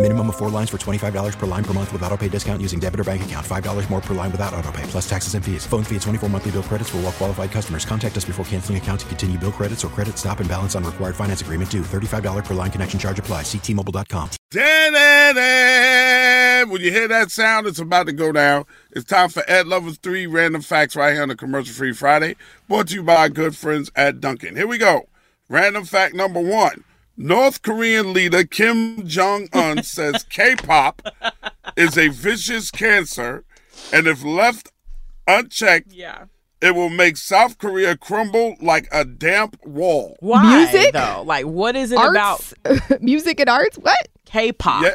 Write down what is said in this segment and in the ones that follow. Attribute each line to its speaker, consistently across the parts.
Speaker 1: Minimum of four lines for $25 per line per month with auto pay discount using debit or bank account. $5 more per line without auto pay, plus taxes and fees. Phone fee at 24 monthly bill credits for all well qualified customers. Contact us before canceling account to continue bill credits or credit stop and balance on required finance agreement due. $35 per line connection charge apply. Ctmobile.com.
Speaker 2: When you hear that sound, it's about to go down. It's time for Ed Lovers 3 Random Facts right here on the Commercial Free Friday. Brought to you by our good friends at Duncan. Here we go. Random fact number one. North Korean leader Kim Jong un says K pop is a vicious cancer, and if left unchecked,
Speaker 3: yeah.
Speaker 2: it will make South Korea crumble like a damp wall.
Speaker 3: Why
Speaker 4: Music?
Speaker 3: though? Like, what is it
Speaker 4: Arts? Music and arts? What?
Speaker 3: about K-pop?
Speaker 2: Yeah,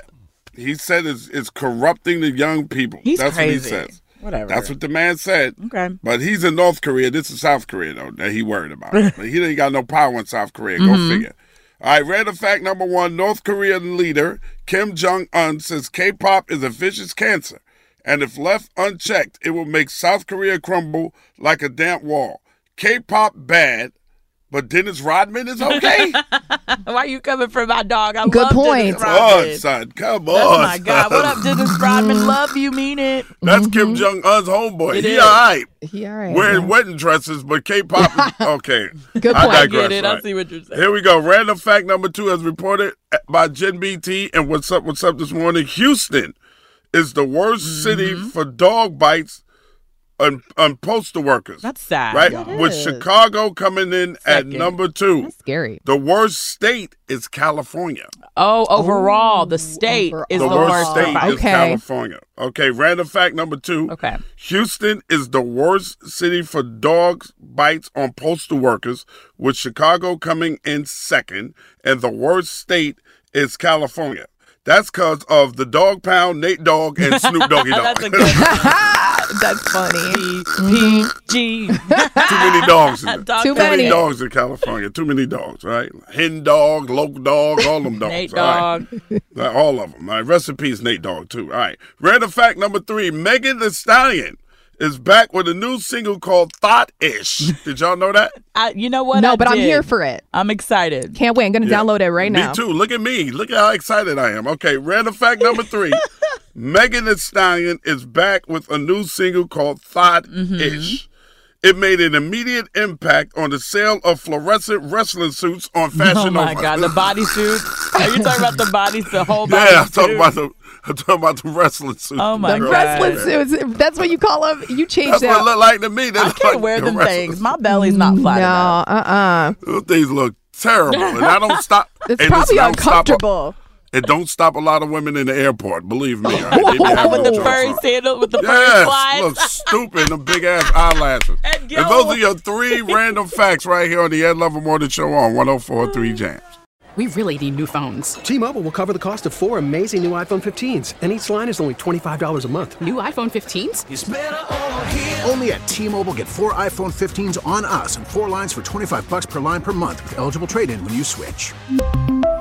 Speaker 2: he said it's, it's corrupting the young people.
Speaker 3: He's
Speaker 2: That's
Speaker 3: crazy.
Speaker 2: what he says.
Speaker 3: Whatever.
Speaker 2: That's what the man said.
Speaker 3: Okay.
Speaker 2: But he's in North Korea. This is South Korea, though, that he worried about. But he ain't got no power in South Korea. Go
Speaker 3: Mm-hmm.
Speaker 2: figure. All right, random fact number one North Korean leader Kim Jong un says K pop is a vicious cancer. And if left unchecked, it will make South Korea crumble like a damp wall. K pop bad, but Dennis Rodman is okay?
Speaker 3: Why you coming for my dog? I
Speaker 4: Good
Speaker 3: love Dennis
Speaker 4: point.
Speaker 2: come on,
Speaker 3: Rodman.
Speaker 2: son. Come on.
Speaker 3: Oh my God! What
Speaker 2: son.
Speaker 3: up, Dennis
Speaker 4: Mm.
Speaker 3: Rodman? Love you, mean it.
Speaker 2: That's Kim Jong Un's homeboy.
Speaker 3: It
Speaker 2: he
Speaker 3: is.
Speaker 2: all right.
Speaker 4: Mm-hmm. He all right.
Speaker 2: Wearing wedding dresses, but K-pop. Is, okay,
Speaker 4: Good
Speaker 2: I
Speaker 4: point.
Speaker 3: I
Speaker 2: digress.
Speaker 3: get it. I
Speaker 2: right.
Speaker 3: see what you're saying.
Speaker 2: Here we go. Random fact number two, as reported by Jen BT, and what's up? What's up this morning? Houston is the worst city
Speaker 3: Mm-hmm.
Speaker 2: for dog bites and, and postal workers.
Speaker 3: That's sad.
Speaker 2: right,
Speaker 4: That
Speaker 2: with
Speaker 4: is.
Speaker 2: Chicago coming in
Speaker 3: Second.
Speaker 2: at number two.
Speaker 4: That's scary.
Speaker 2: The worst state is California.
Speaker 3: Oh, overall, the state
Speaker 2: the
Speaker 3: is the
Speaker 4: overall.
Speaker 2: worst
Speaker 3: worst.
Speaker 2: state is
Speaker 4: Okay.
Speaker 2: California. Okay, random fact number two.
Speaker 3: Okay.
Speaker 2: Houston is the worst city for dog bites on postal workers, with Chicago coming in second, and the worst state is California. That's because of the dog pound, Nate Dogg, and Snoop Doggy Dogg.
Speaker 3: That's a good
Speaker 4: That's funny. Mm-hmm.
Speaker 3: G.
Speaker 2: Too many dogs. In there.
Speaker 3: Dog
Speaker 4: Too
Speaker 2: Too many.
Speaker 4: many.
Speaker 2: dogs in California. Too many dogs, right? Hen dog, loc dog, all them dogs.
Speaker 3: Nate
Speaker 2: all right?
Speaker 3: Dog.
Speaker 2: Like, all of them. All right. Rest in peace, Nate Dogg, too. All right. Random fact number three Megan The Stallion is back with a new single called Thought Ish. Did y'all know that?
Speaker 3: I, you know what?
Speaker 4: no,
Speaker 3: I
Speaker 4: but I'm
Speaker 3: did.
Speaker 4: here for it.
Speaker 3: I'm excited.
Speaker 4: Can't wait. I'm gonna download it right
Speaker 2: me
Speaker 4: now.
Speaker 2: too. Look at me. Look at how excited I am. Okay. Random fact number three Megan The Stallion is back with a new single called Thought Ish.
Speaker 3: Mm-hmm.
Speaker 2: It made an immediate impact on the sale of fluorescent wrestling suits on Fashion
Speaker 3: Oh my
Speaker 2: Nova.
Speaker 3: God, the bodysuit. Are you talking about the body, the whole body?
Speaker 2: Yeah, I'm talking about the I'm talking about the wrestling suit.
Speaker 3: Oh my
Speaker 4: The
Speaker 3: God.
Speaker 4: wrestling suits. That's what you call them. You change
Speaker 2: That's what it
Speaker 4: that.
Speaker 2: look like to me. They
Speaker 3: I
Speaker 2: look
Speaker 3: can't
Speaker 2: like
Speaker 3: wear
Speaker 2: the
Speaker 3: them
Speaker 2: wrestling
Speaker 3: things.
Speaker 2: suit.
Speaker 3: My belly's not flat
Speaker 4: No,
Speaker 3: enough.
Speaker 4: uh, uh
Speaker 2: Those things look terrible, and I don't stop.
Speaker 4: It's
Speaker 2: and
Speaker 4: probably
Speaker 2: don't stop a-
Speaker 4: uncomfortable.
Speaker 2: it don't stop a lot of women in the airport. Believe me. all right? They be having
Speaker 3: With the
Speaker 2: jokes
Speaker 3: furry
Speaker 2: on.
Speaker 3: sandal, with the furry
Speaker 2: Yes,
Speaker 3: slides.
Speaker 2: look stupid. The big ass eyelashes.
Speaker 3: And
Speaker 2: And
Speaker 3: yo.
Speaker 2: those are your three random facts right here on the Ed Lover Morning Show on 104.3 Jams.
Speaker 5: We really need new phones.
Speaker 6: T-Mobile will cover the cost of four amazing new iPhone 15s, and each line is only $25 a month.
Speaker 5: New iPhone 15s?
Speaker 7: Only at T-Mobile get four iPhone 15s on us and four lines for 25 bucks per line per month with eligible trade-in when you switch.